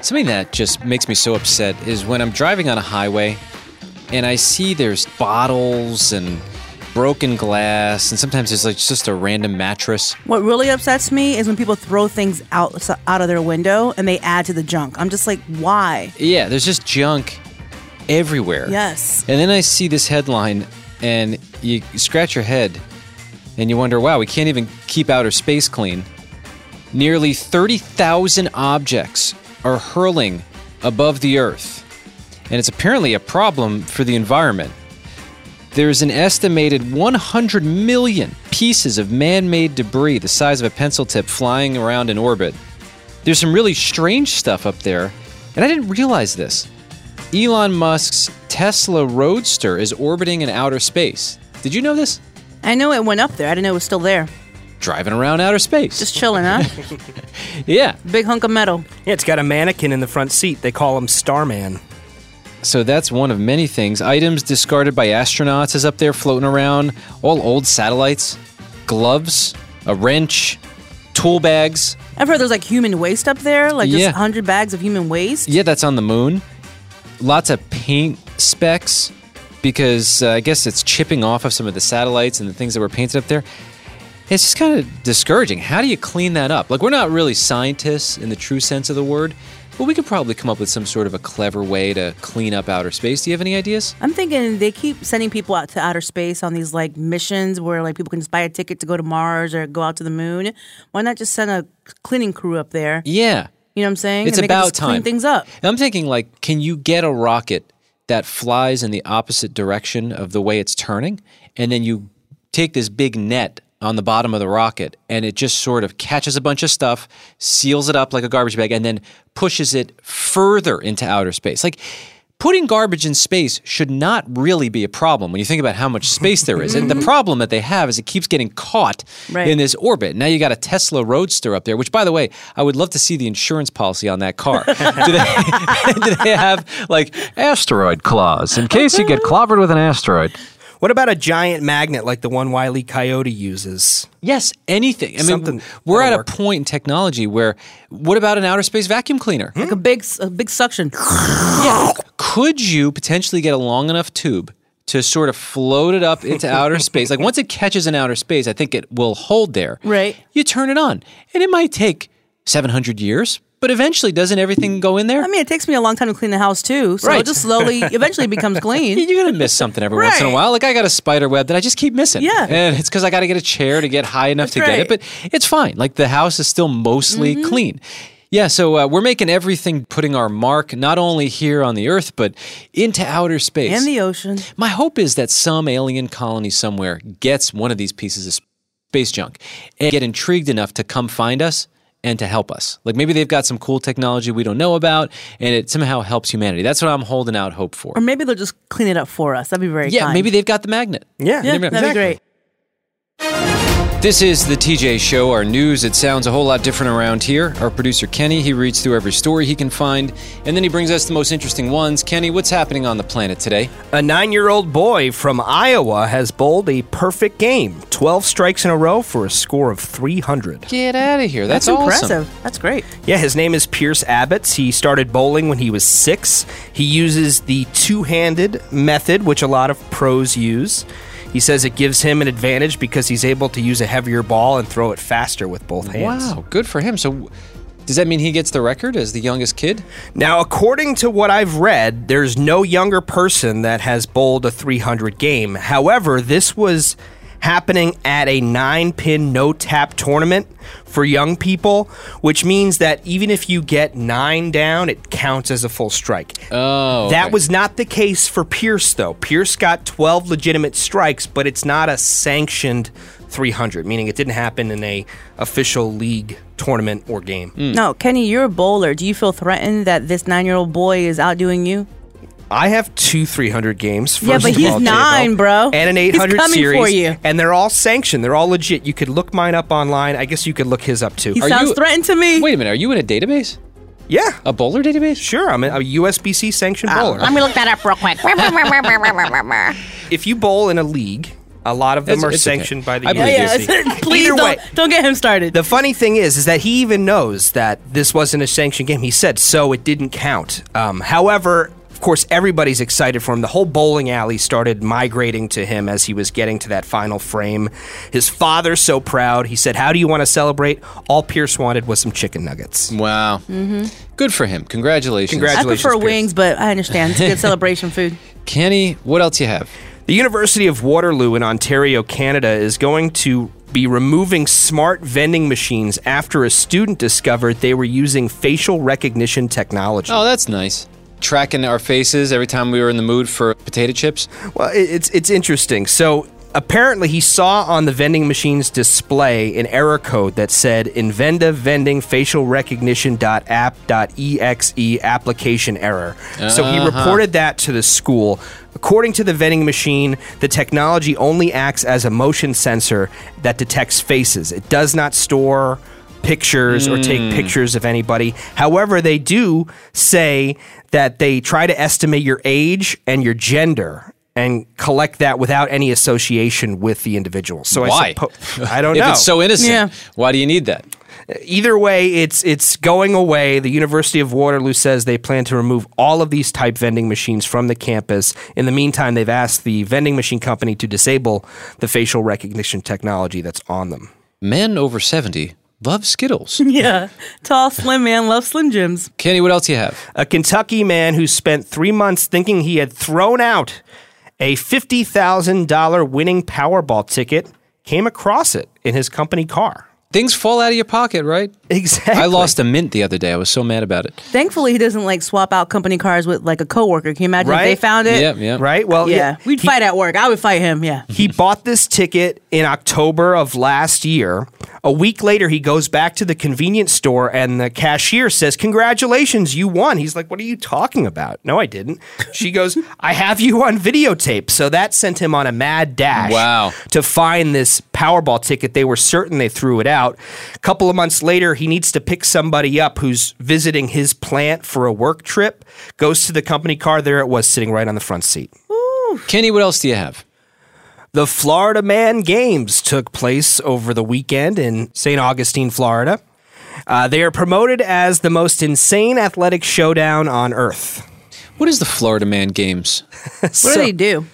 Speaker 1: Something that just makes me so upset is when I'm driving on a highway and I see there's bottles and broken glass, and sometimes there's like just a random mattress.
Speaker 2: What really upsets me is when people throw things out out of their window and they add to the junk. I'm just like, why?
Speaker 1: Yeah, there's just junk everywhere.
Speaker 2: Yes.
Speaker 1: And then I see this headline and you scratch your head and you wonder, wow, we can't even keep outer space clean. Nearly 30,000 objects are hurling above the Earth. And it's apparently a problem for the environment. There's an estimated 100 million pieces of man made debris the size of a pencil tip flying around in orbit. There's some really strange stuff up there, and I didn't realize this. Elon Musk's Tesla Roadster is orbiting in outer space. Did you know this?
Speaker 2: I know it went up there. I didn't know it was still there.
Speaker 1: Driving around outer space.
Speaker 2: Just
Speaker 1: (laughs)
Speaker 2: chilling, huh?
Speaker 1: yeah.
Speaker 2: Big hunk of metal.
Speaker 3: Yeah, it's got a mannequin in the front seat. They call him Starman.
Speaker 1: So that's one of many things. Items discarded by astronauts is up there floating around. All old satellites, gloves, a wrench, tool bags.
Speaker 2: I've heard there's like human waste up there, like just
Speaker 1: Yeah.
Speaker 2: 100 bags of human waste.
Speaker 1: Yeah, that's on the moon. Lots of paint specks because uh, I guess it's chipping off of some of the satellites and the things that were painted up there. It's just kind of discouraging. How do you clean that up? Like, we're not really scientists in the true sense of the word, but we could probably come up with some sort of a clever way to clean up outer space. Do you have any ideas?
Speaker 2: I'm thinking they keep sending people out to outer space on these like missions where like people can just buy a ticket to go to Mars or go out to the moon. Why not just send a cleaning crew up there?
Speaker 1: Yeah.
Speaker 2: You know what I'm saying?
Speaker 1: It's
Speaker 2: And they can
Speaker 1: about
Speaker 2: just Clean
Speaker 1: time.
Speaker 2: things up.
Speaker 1: And I'm thinking, like, can you get a rocket that flies in the opposite direction of the way it's turning? And then you take this big net on the bottom of the rocket, and it just sort of catches a bunch of stuff, seals it up like a garbage bag, and then pushes it further into outer space. Like putting garbage in space should not really be a problem when you think about how much space there is.
Speaker 2: (laughs)
Speaker 1: And the problem that they have is it keeps getting caught
Speaker 2: Mm-hmm. Right.
Speaker 1: in this orbit. Now you got a Tesla Roadster up there, which, by the way, I would love to see the insurance policy on that car. (laughs) do, they, do they (laughs) have like asteroid claws in case you get clobbered with an asteroid?
Speaker 3: What about a giant magnet like the one Wiley Coyote uses?
Speaker 1: Yes, anything. I mean, we're at a point in technology where what about an outer space vacuum cleaner?
Speaker 2: Like a big, a big suction.
Speaker 1: Could you potentially get a long enough tube to sort of float it up into outer space? Like once it catches in outer space, I think it will hold there.
Speaker 2: Right.
Speaker 1: You turn it on, and it might take 700 years, but eventually, doesn't everything go in there?
Speaker 2: I mean, it takes me a long time to clean the house too, so
Speaker 1: Right.
Speaker 2: it
Speaker 1: (laughs)
Speaker 2: just slowly, eventually becomes clean.
Speaker 1: You're gonna miss something every once in a
Speaker 2: Right.
Speaker 1: while. Like I got a spider web that I just keep missing.
Speaker 2: Yeah.
Speaker 1: and it's because I got to get a chair to get high enough to get it.
Speaker 2: right. Mm-hmm.
Speaker 1: But it's fine. Like the house is still mostly clean. Yeah, so uh, we're making everything, putting our mark not only here on the Earth but into outer space
Speaker 2: In the ocean.
Speaker 1: My hope is that some alien colony somewhere gets one of these pieces of space junk and get intrigued enough to come find us and to help us. Like maybe they've got some cool technology we don't know about, and it somehow helps humanity. That's what I'm holding out hope for.
Speaker 2: Or maybe they'll just clean it up for us. That'd be very
Speaker 1: Yeah,
Speaker 2: kind.
Speaker 1: maybe they've got the magnet.
Speaker 3: Yeah,
Speaker 2: yeah that'd be great.
Speaker 1: This is the TJ Show, our news. It sounds a whole lot different around here. Our producer Kenny, he reads through every story he can find, and then he brings us the most interesting ones. Kenny, what's happening on the planet today?
Speaker 3: A nine year old boy from Iowa has bowled a perfect game 12 strikes in a row for a score of 300.
Speaker 1: Get out of here. That's,
Speaker 2: impressive.
Speaker 1: awesome.
Speaker 2: That's great.
Speaker 3: Yeah, his name is Pierce Abbots. He started bowling when he was six. He uses the two handed method, which a lot of pros use. He says it gives him an advantage because he's able to use a heavier ball and throw it faster with both hands.
Speaker 1: Wow, good for him. So, does that mean he gets the record as the youngest kid?
Speaker 3: Now, according to what I've read, there's no younger person that has bowled a 300 game. However, this was happening at a nine pin no tap tournament for young people, which means that even if you get nine down, it counts as a full strike.
Speaker 1: Oh,
Speaker 3: That
Speaker 1: okay.
Speaker 3: was not the case for Pierce, though. Pierce got 12 legitimate strikes, but it's not a sanctioned 300, meaning it didn't happen in a official league tournament or game.
Speaker 2: No, Kenny, you're a bowler. Do you feel threatened that this nine-year-old boy is outdoing you?
Speaker 3: I have two 300 games. First
Speaker 2: Yeah, but
Speaker 3: of
Speaker 2: he's
Speaker 3: all,
Speaker 2: nine,
Speaker 3: Jacob,
Speaker 2: bro.
Speaker 3: And an
Speaker 2: He's
Speaker 3: 800
Speaker 2: coming
Speaker 3: series.
Speaker 2: for you.
Speaker 3: And they're all sanctioned. They're all legit. You could look mine up online. I guess you could look his up too.
Speaker 2: He sounds threatened to me.
Speaker 1: Wait a minute, are you in a database?
Speaker 3: Yeah. Uh,
Speaker 1: A bowler database?
Speaker 3: Sure, I'm a, a USBC sanctioned
Speaker 2: Ah,
Speaker 3: bowler.
Speaker 9: Let me look that up real quick.
Speaker 3: if you bowl in a league, a lot of them
Speaker 1: It's-
Speaker 3: are
Speaker 1: it's okay.
Speaker 3: sanctioned by the
Speaker 1: I believe
Speaker 3: USBC.
Speaker 2: (laughs) Please
Speaker 3: Either
Speaker 2: don't,
Speaker 3: way,
Speaker 2: don't get him started.
Speaker 3: The funny thing is, is that he even knows that this wasn't a sanctioned game. He said so; it didn't count. Um, however, of course, everybody's excited for him. The whole bowling alley started migrating to him as he was getting to that final frame. His father's so proud. He said, "How do you want to celebrate?" All Pierce wanted was some chicken nuggets.
Speaker 1: Wow. Good for him. Congratulations.
Speaker 2: I
Speaker 3: Congratulations,
Speaker 2: prefer
Speaker 3: Pierce.
Speaker 2: wings, but I understand. It's
Speaker 3: (laughs)
Speaker 2: good celebration food.
Speaker 1: Kenny, what else you have?
Speaker 3: The University of Waterloo in Ontario, Canada is going to be removing smart vending machines after a student discovered they were using facial recognition technology.
Speaker 1: Oh, that's nice. Tracking our faces every time we were in the mood for potato chips.
Speaker 3: Well, it- it's it's interesting. So apparently, he saw on the vending machine's display an error code that said "Invenda Vending Facial Recognition .app .exe application error." So he
Speaker 1: Uh-huh.
Speaker 3: reported that to the school. According to the vending machine, the technology only acts as a motion sensor that detects faces. It does not store pictures or take pictures of anybody. However, they do say that they try to estimate your age and your gender and collect that without any association with the individual. So
Speaker 1: Why?
Speaker 3: I, suppo- I
Speaker 1: (laughs)
Speaker 3: don't
Speaker 1: if
Speaker 3: know.
Speaker 1: it's so innocent,
Speaker 2: Yeah.
Speaker 1: why do you need that?
Speaker 3: Either way, it's it's going away. The University of Waterloo says they plan to remove all of these type vending machines from the campus. In the meantime, they've asked the vending machine company to disable the facial recognition technology that's on them.
Speaker 1: Men over 70 love Skittles. (laughs)
Speaker 2: yeah. Tall, slim man loves Slim Jims.
Speaker 1: Kenny, what else you have?
Speaker 3: a Kentucky man who spent three months thinking he had thrown out a $50,000 winning Powerball ticket came across it in his company car.
Speaker 1: Things fall out of your pocket, right?
Speaker 3: Exactly.
Speaker 1: I lost a mint the other day. I was so mad about it.
Speaker 2: Thankfully, he doesn't like swap out company cars with like a coworker. Can you imagine if they found it? Oh,
Speaker 1: Yeah, yeah.
Speaker 3: Right? Well,
Speaker 2: yeah,
Speaker 3: yeah.
Speaker 2: we'd fight at work. I would fight him. Yeah.
Speaker 3: He bought this ticket in October of last year. A week later, he goes back to the convenience store and the cashier says, Congratulations, you won. He's like, What are you talking about? No, I didn't. She goes, (laughs) I have you on videotape. So that sent him on a mad dash wow. to find this Powerball ticket. They were certain they threw it out. A couple of months later, he needs to pick somebody up who's visiting his plant for a work trip, goes to the company car. There it was, sitting right on the front seat.
Speaker 1: Kenny, what else do you have?
Speaker 3: The Florida Man Games took place over the weekend in St. Augustine, Florida. Uh, they are promoted as the most insane athletic showdown on earth.
Speaker 1: What is the Florida Man Games?
Speaker 2: What do they do?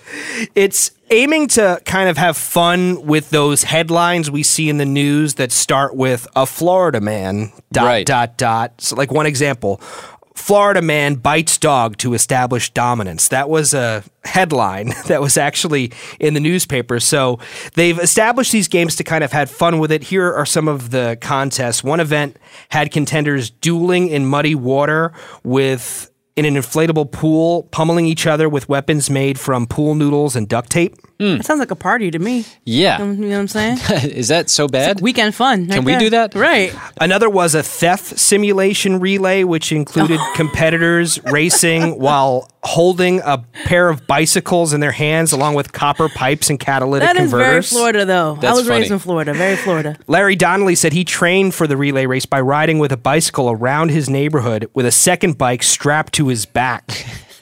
Speaker 3: It's aiming to kind of have fun with those headlines we see in the news that start with a Florida man, dot, dot, dot. So, like one example Florida man bites dog to establish dominance. That was a headline (laughs) that was actually in the newspaper. So they've established these games to kind of had fun with it. Here are some of the contests. One event had contenders dueling in muddy water with in an inflatable pool, pummeling each other with weapons made from pool noodles and duct tape.
Speaker 2: That sounds like a party to me.
Speaker 1: Yeah.
Speaker 2: You know what I'm saying?
Speaker 3: (laughs)
Speaker 1: (laughs) Is that so bad?
Speaker 2: Weekend fun. right
Speaker 3: Can we
Speaker 2: there.
Speaker 3: do that?
Speaker 2: Right.
Speaker 3: Another was a theft simulation relay,
Speaker 2: (laughs)
Speaker 3: which included competitors racing while holding a pair of bicycles in their hands, along with copper pipes and catalytic
Speaker 2: That is very
Speaker 3: converters.
Speaker 2: Florida, though. I
Speaker 3: That's
Speaker 2: was raised
Speaker 3: funny.
Speaker 2: in Florida. Very Florida.
Speaker 3: Larry Donnelly said he trained for the relay race by riding with a bicycle around his neighborhood with a second bike strapped to
Speaker 2: (laughs)
Speaker 3: his back.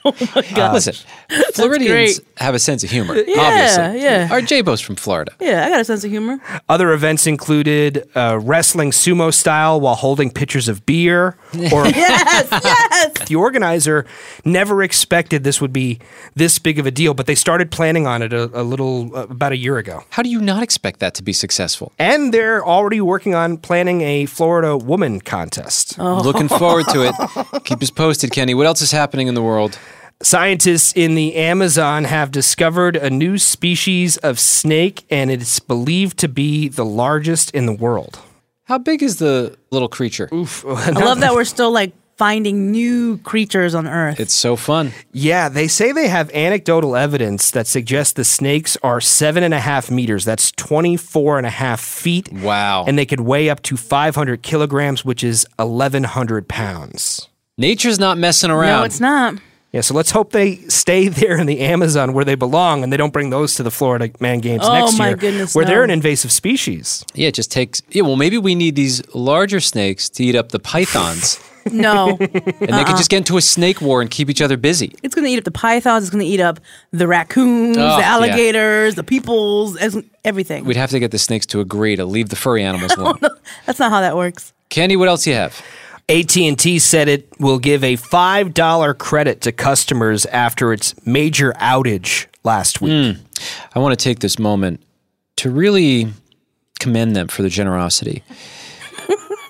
Speaker 1: my
Speaker 3: God.
Speaker 1: Listen,
Speaker 2: That's
Speaker 1: Floridians
Speaker 2: great.
Speaker 1: have a sense of humor,
Speaker 2: (laughs) Yeah,
Speaker 1: obviously.
Speaker 2: yeah.
Speaker 1: Our J-Bo's from Florida.
Speaker 2: Yeah, I got a sense of humor.
Speaker 3: Other events included uh, wrestling sumo style while holding pitchers of beer.
Speaker 2: (laughs) (laughs)
Speaker 3: Or
Speaker 2: yes,
Speaker 1: (laughs)
Speaker 2: yes.
Speaker 3: the organizer never expected this would be this big of a deal, but they started planning on it a, a little uh, about a year ago.
Speaker 1: How do you not expect that to be successful?
Speaker 3: And they're already working on planning a Florida woman contest.
Speaker 2: Oh.
Speaker 1: Looking forward to
Speaker 2: (laughs)
Speaker 1: it. Keep us posted, Kenny. What else is happening in the world?
Speaker 3: Scientists in the Amazon have discovered a new species of snake, and it's believed to be the largest in the world.
Speaker 1: How big is the little creature?
Speaker 3: Oof.
Speaker 2: I love that we're still like finding new creatures on Earth.
Speaker 1: It's so fun.
Speaker 3: Yeah, they say they have anecdotal evidence that suggests the snakes are seven and a half meters. That's 24 and a half feet.
Speaker 1: Wow.
Speaker 3: And they could weigh up to 500 kilograms, which is 1,100 pounds.
Speaker 1: Nature's not messing around.
Speaker 2: No, it's not.
Speaker 3: Yeah, so let's hope they stay (laughs) there in the Amazon where they belong and they don't bring those to the Florida Man Games
Speaker 1: Oh,
Speaker 3: next
Speaker 1: my
Speaker 3: year,
Speaker 1: goodness,
Speaker 3: where
Speaker 1: no.
Speaker 3: they're an invasive species.
Speaker 1: Yeah, it just takes. Yeah, well, maybe we need these larger snakes to eat up the pythons, (laughs)
Speaker 2: No. and
Speaker 1: and they
Speaker 2: Uh-uh.
Speaker 1: can just get into a snake war and keep each other busy.
Speaker 2: It's going to eat up the pythons. It's going to eat up the raccoons,
Speaker 1: Oh,
Speaker 2: the
Speaker 1: yeah.
Speaker 2: alligators, the peoples, as- everything.
Speaker 1: We'd have to get the snakes to agree to leave the furry
Speaker 2: (laughs)
Speaker 1: animals alone.
Speaker 2: That's not how that works.
Speaker 1: Kenny, what else you have?
Speaker 3: AT&T said it will give a $5 credit to customers after its major outage last week.
Speaker 1: Hmm. I want to take this moment to really commend them for their
Speaker 2: (laughs)
Speaker 1: generosity.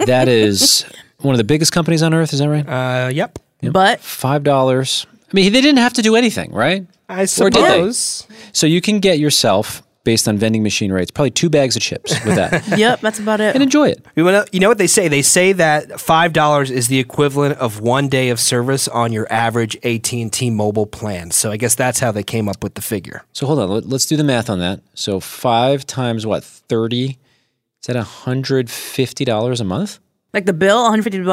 Speaker 1: that is one of the biggest companies on earth, is that right?
Speaker 3: Uh, yep.
Speaker 2: But
Speaker 1: five dollars. I mean, they didn't have to do anything, right?
Speaker 2: Uh.
Speaker 3: I
Speaker 1: Or did
Speaker 3: suppose.
Speaker 1: they? So you can get yourself based on vending machine rates, probably two bags of chips with
Speaker 2: (laughs)
Speaker 1: that.
Speaker 2: yep, that's about it. And
Speaker 1: enjoy it.
Speaker 3: You know, you know what they say? They say that five dollars is the equivalent of one day of service on your average AT and T mobile plan. So I guess that's how they came up with the figure.
Speaker 1: So hold on, let, let's do the math on that. So five times what? Thirty? Is that hundred fifty dollars a month?
Speaker 2: Like the bill, $150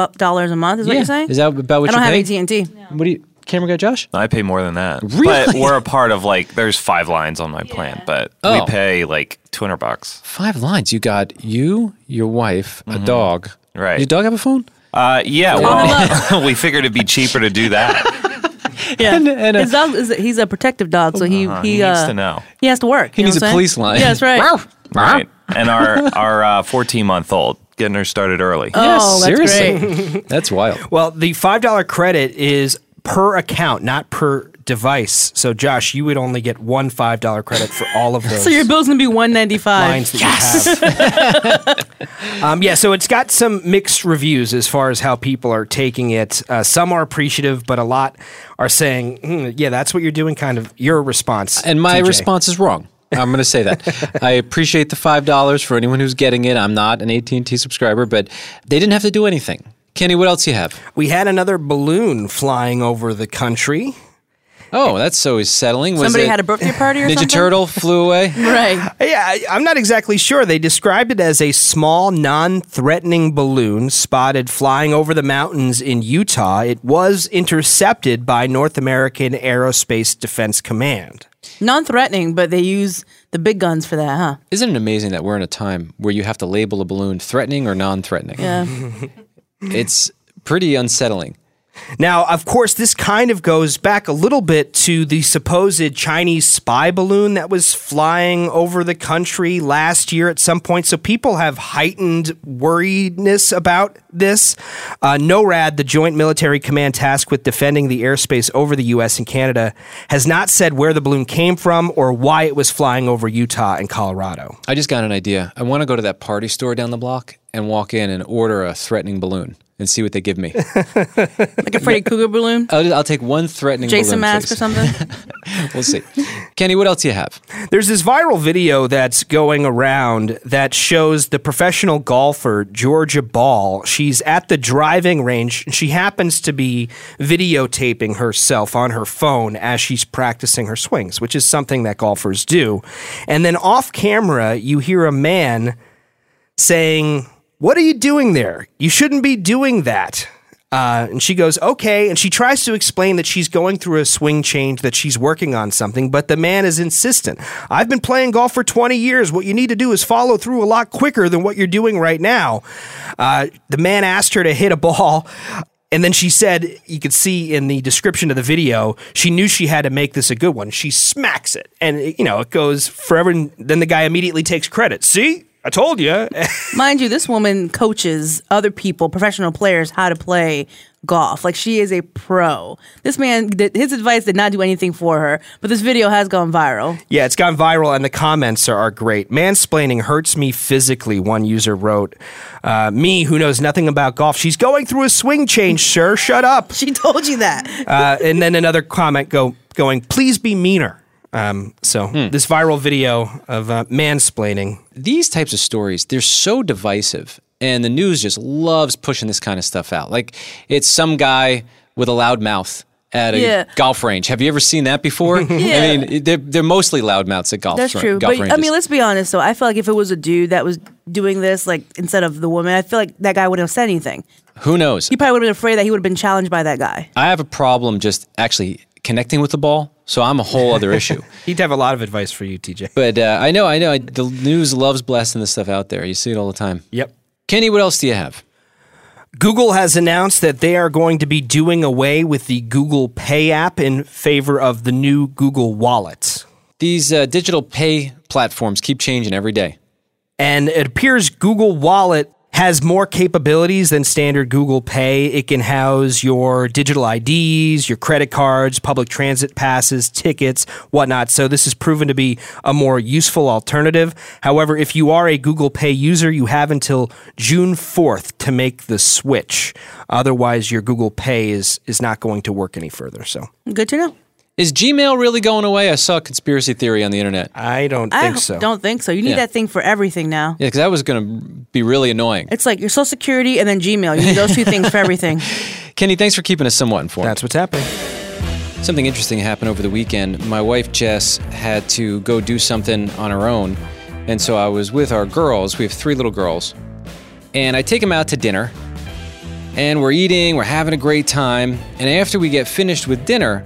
Speaker 2: a month is what
Speaker 1: Yeah.
Speaker 2: you're saying?
Speaker 1: Is that about what
Speaker 2: I don't
Speaker 1: you
Speaker 2: have
Speaker 1: pay?
Speaker 2: AT&T.
Speaker 1: What do you, camera guy Josh?
Speaker 11: I pay more than that.
Speaker 1: Really?
Speaker 11: But we're a part of like there's five lines on my plan, but
Speaker 1: Oh.
Speaker 11: we pay like 200 bucks.
Speaker 1: Five lines. You got you, your wife, a dog.
Speaker 11: Mm-hmm. Right.
Speaker 1: Your dog have a phone?
Speaker 11: Uh, yeah, (laughs)
Speaker 1: Call
Speaker 11: well, we figured it'd be cheaper to do that.
Speaker 2: Yeah.
Speaker 1: and
Speaker 2: His dog is he's a protective dog, so he
Speaker 11: Uh, he
Speaker 2: he,
Speaker 11: needs
Speaker 2: uh,
Speaker 11: to know.
Speaker 2: He has to work.
Speaker 11: He
Speaker 2: you know
Speaker 11: needs
Speaker 2: what
Speaker 11: a
Speaker 2: I'm saying?
Speaker 11: police line.
Speaker 2: Yeah, that's right.
Speaker 11: right. And our our 14 month old getting her started early.
Speaker 2: Oh, that's
Speaker 1: seriously.
Speaker 2: (laughs)
Speaker 1: that's wild.
Speaker 3: Well, the five dollar credit is per account, not per device. So Josh, you would only get one five dollar credit for all of those.
Speaker 2: (laughs) So your bill's gonna be one ninety five.
Speaker 3: Lines that you (laughs) Um, yeah, so it's got some mixed reviews as far as how people are taking it. Uh, some are appreciative, but a lot are saying, "Hmm, "Yeah, that's what you're doing." Kind of your response,
Speaker 1: And my
Speaker 3: TJ.
Speaker 1: response is wrong. I'm going to say
Speaker 11: (laughs)
Speaker 1: that. I appreciate the five dollars for anyone who's getting it. I'm not an AT and T subscriber, but they didn't have to do anything. Kenny, what else you have?
Speaker 3: We had another balloon flying over the country.
Speaker 1: Oh, that's always settling. Was
Speaker 2: Somebody
Speaker 1: it
Speaker 2: had a birthday party or
Speaker 1: Ninja
Speaker 2: something?
Speaker 1: Turtle flew away. (laughs)
Speaker 2: Right.
Speaker 3: Yeah, I, I'm not exactly sure. They described it as a small, non threatening balloon spotted flying over the mountains in Utah. It was intercepted by North American Aerospace Defense Command.
Speaker 2: Non-threatening, but they use the big guns for that, huh?
Speaker 1: Isn't it amazing that we're in a time where you have to label a balloon threatening or non-threatening?
Speaker 2: Yeah.
Speaker 1: it's pretty unsettling.
Speaker 3: Now, of course, this kind of goes back a little bit to the supposed Chinese spy balloon that was flying over the country last year at some point. So people have heightened worriedness about this. Uh, NORAD, the Joint Military Command tasked with defending the airspace over the U.S. and Canada, has not said where the balloon came from or why it was flying over Utah and Colorado.
Speaker 1: I just got an idea. I want to go to that party store down the block and walk in and order a threatening balloon and see what they give
Speaker 2: (laughs)
Speaker 1: me.
Speaker 2: Like
Speaker 1: (laughs)
Speaker 2: a Freddy Cougar balloon,
Speaker 1: I'll, I'll take one threatening balloon.
Speaker 2: Jason mask or something.
Speaker 1: please. (laughs) We'll see. Kenny, what else you have?
Speaker 3: There's this viral video that's going around that shows the professional golfer Georgia Ball. She's at the driving range and she happens to be videotaping herself on her phone as she's practicing her swings, which is something that golfers do. And then off camera, you hear a man saying, What are you doing there? You shouldn't be doing that. Uh, and she goes, Okay. And she tries to explain that she's going through a swing change, that she's working on something, but the man is insistent. I've been playing golf for 20 years. What you need to do is follow through a lot quicker than what you're doing right now. Uh, the man asked her to hit a ball. And then she said, you could see in the description of the video, she knew she had to make this a good one. She smacks it. And, you know, it goes forever. And then the guy immediately takes credit. See, I told you. (laughs)
Speaker 2: Mind you, this woman coaches other people, professional players, how to play golf. Like she is a pro. This man, did, his advice did not do anything for her, but this video has gone viral. (laughs)
Speaker 3: Yeah, it's gone viral, and the comments are, are great. Mansplaining hurts me physically, one user wrote. Uh, me, who knows nothing about golf, she's going through a swing change, sir. Shut up.
Speaker 2: She told you that.
Speaker 3: Uh, and then another comment go going, please be meaner. Um, so this viral video of uh, mansplaining.
Speaker 1: These types of stories, they're so divisive. And the news just loves pushing this kind of stuff out. Like it's some guy with a loud mouth at a
Speaker 2: Yeah.
Speaker 1: golf range. Have you ever seen that before? I
Speaker 2: (laughs) Yeah.
Speaker 1: mean, they're, they're mostly loud mouths at golf
Speaker 2: That's
Speaker 1: ra-
Speaker 2: true.
Speaker 1: golf
Speaker 2: But
Speaker 1: ranges.
Speaker 2: I mean, let's be honest. though. I feel like if it was a dude that was doing this, like instead of the woman, I feel like that guy wouldn't have said anything.
Speaker 1: Who knows?
Speaker 2: He probably would have been afraid that he would have been challenged by that guy.
Speaker 1: I have a problem just actually connecting with the ball, so I'm a whole other
Speaker 2: (laughs)
Speaker 1: issue.
Speaker 3: He'd have a lot of advice for you, TJ.
Speaker 1: But uh, I know, I know, I, the news loves blasting this stuff out there. You see it all the time.
Speaker 3: Yep.
Speaker 1: Kenny, what else do you have?
Speaker 3: Google has announced that they are going to be doing away with the Google Pay app in favor of the new Google Wallet.
Speaker 1: These uh, digital pay platforms keep changing every day.
Speaker 3: And it appears Google Wallet has more capabilities than standard Google Pay. It can house your digital IDs, your credit cards, public transit passes, tickets, whatnot. So this is proven to be a more useful alternative. However, if you are a Google Pay user, you have until June 4th to make the switch. Otherwise, your Google Pay is is not going to work any further. So
Speaker 2: Good to know.
Speaker 1: Is Gmail really going away? I saw a conspiracy theory on the internet.
Speaker 3: I don't
Speaker 2: I don't think so. You need
Speaker 1: Yeah.
Speaker 2: that thing for everything now.
Speaker 1: Yeah, because that was going to be really annoying.
Speaker 2: It's like your social security and then Gmail. You need those
Speaker 1: (laughs)
Speaker 2: two things for everything.
Speaker 1: Kenny, thanks for keeping us somewhat informed.
Speaker 3: That's what's happening.
Speaker 1: Something interesting happened over the weekend. My wife Jess had to go do something on her own, and so I was with our girls. We have three little girls, and I take them out to dinner, and we're eating, we're having a great time. And after we get finished with dinner,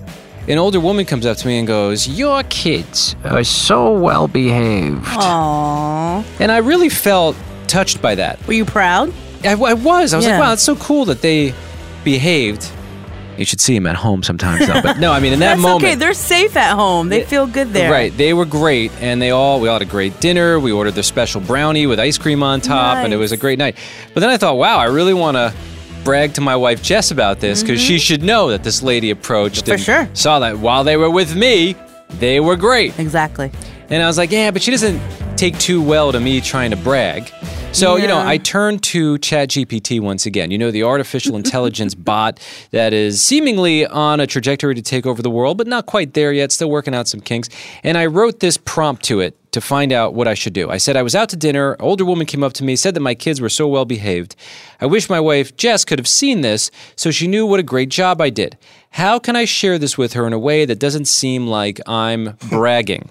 Speaker 1: an older woman comes up to me and goes, "Your kids are so well behaved."
Speaker 2: Aww.
Speaker 1: And I really felt touched by that.
Speaker 2: Were you proud?
Speaker 1: I, I was. I was
Speaker 2: Yeah.
Speaker 1: like, wow, it's so cool that they behaved. You should see them at home sometimes, though. But no, I mean, in that
Speaker 2: (laughs) That's
Speaker 1: moment,
Speaker 2: okay. They're safe at home. They feel good there.
Speaker 1: Right. They were great, and they all we all had a great dinner. We ordered their special brownie with ice cream on top, and it was a great night. But then I thought, wow, I really want to brag to my wife Jess about this because she should know that this lady approached
Speaker 2: Mm-hmm. For
Speaker 1: and
Speaker 2: sure.
Speaker 1: saw that while they were with me, they were great.
Speaker 2: Exactly.
Speaker 1: And I was like, yeah, but she doesn't take too well to me trying to brag. So, you know,
Speaker 2: Yeah.
Speaker 1: I turned to ChatGPT once again. You know, the artificial intelligence bot that is seemingly on a trajectory to take over the world, but not quite there yet, still working out some kinks. And I wrote this prompt to it to find out what I should do. I said I was out to dinner, older woman came up to me, said that my kids were so well behaved. I wish my wife Jess could have seen this so she knew what a great job I did. How can I share this with her in a way that doesn't seem like I'm bragging?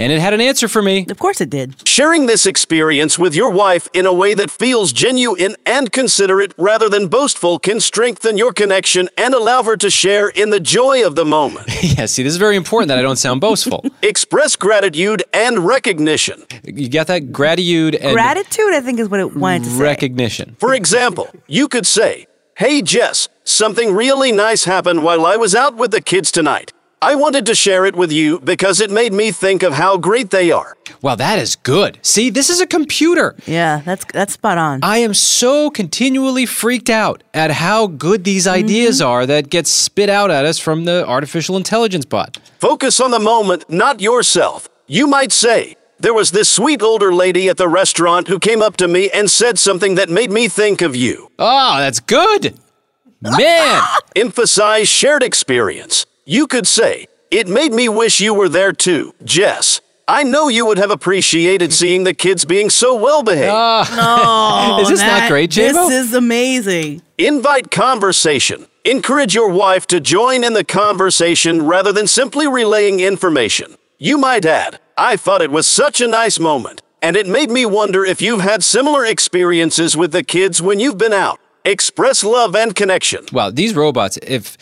Speaker 1: And it had an answer for
Speaker 2: (laughs)
Speaker 1: me.
Speaker 2: Of course it did.
Speaker 12: Sharing this experience with your wife in a way that feels genuine and considerate rather than boastful can strengthen your connection and allow her to share in the joy of the moment.
Speaker 1: (laughs) yeah, see, this is very important that I don't sound boastful.
Speaker 12: Express gratitude and recognition.
Speaker 1: You got that? Gratitude and
Speaker 2: Gratitude, I think, is what it wanted to say.
Speaker 1: recognition.
Speaker 12: For example, you could say, Hey Jess, something really nice happened while I was out with the kids tonight. I wanted to share it with you because it made me think of how great they are.
Speaker 1: Wow, that is good. See, this is a computer.
Speaker 2: Yeah, that's that's spot on.
Speaker 1: I am so continually freaked out at how good these
Speaker 2: Mm-hmm.
Speaker 1: ideas are that get spit out at us from the artificial intelligence bot.
Speaker 12: Focus on the moment, not yourself. You might say, There was this sweet older lady at the restaurant who came up to me and said something that made me think of you.
Speaker 1: Oh, that's good.
Speaker 2: (laughs)
Speaker 1: Man.
Speaker 12: Emphasize shared experience. You could say, It made me wish you were there too, Jess. I know you would have appreciated seeing the kids being so well behaved.
Speaker 2: No,
Speaker 12: Is this not
Speaker 2: Oh, that-
Speaker 12: great, J-Mo?
Speaker 2: This is amazing.
Speaker 12: Invite conversation. Encourage your wife to join in the conversation rather than simply relaying information. You might add, I thought it was such a nice moment, and it made me wonder if you've had similar experiences with the kids when you've been out. Express love and connection.
Speaker 1: Wow, these robots, if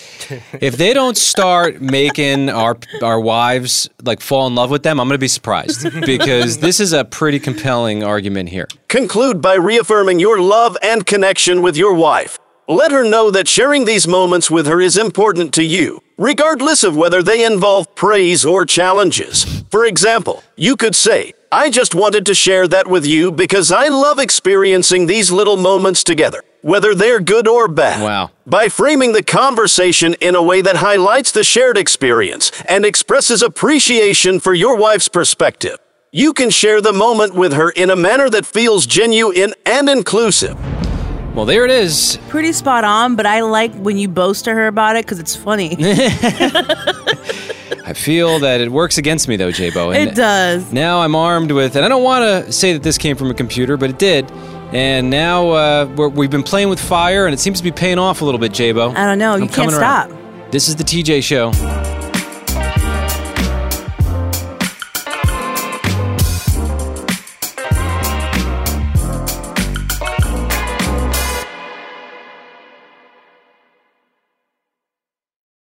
Speaker 1: if they don't start making our our wives like fall in love with them, I'm going to be surprised because this is a pretty compelling argument here.
Speaker 12: Conclude by reaffirming your love and connection with your wife. Let her know that sharing these moments with her is important to you, regardless of whether they involve praise or challenges. For example, you could say, I just wanted to share that with you because I love experiencing these little moments together, whether they're good or bad. Wow. By framing the conversation in a way that highlights the shared experience and expresses appreciation for your wife's perspective, you can share the moment with her in a manner that feels genuine and inclusive.
Speaker 1: Well, there it is.
Speaker 2: Pretty spot on, but I like when you boast to her about it because it's funny.
Speaker 1: (laughs) I feel that it works against me though, J-Bo. and-
Speaker 2: it does.
Speaker 1: Now I'm armed with, and I don't want to say that this came from a computer, but it did. And now uh, we're, we've been playing with fire, and it seems to be paying off a little bit, Jabo.
Speaker 2: I don't know. You can't
Speaker 1: This is the TJ Show.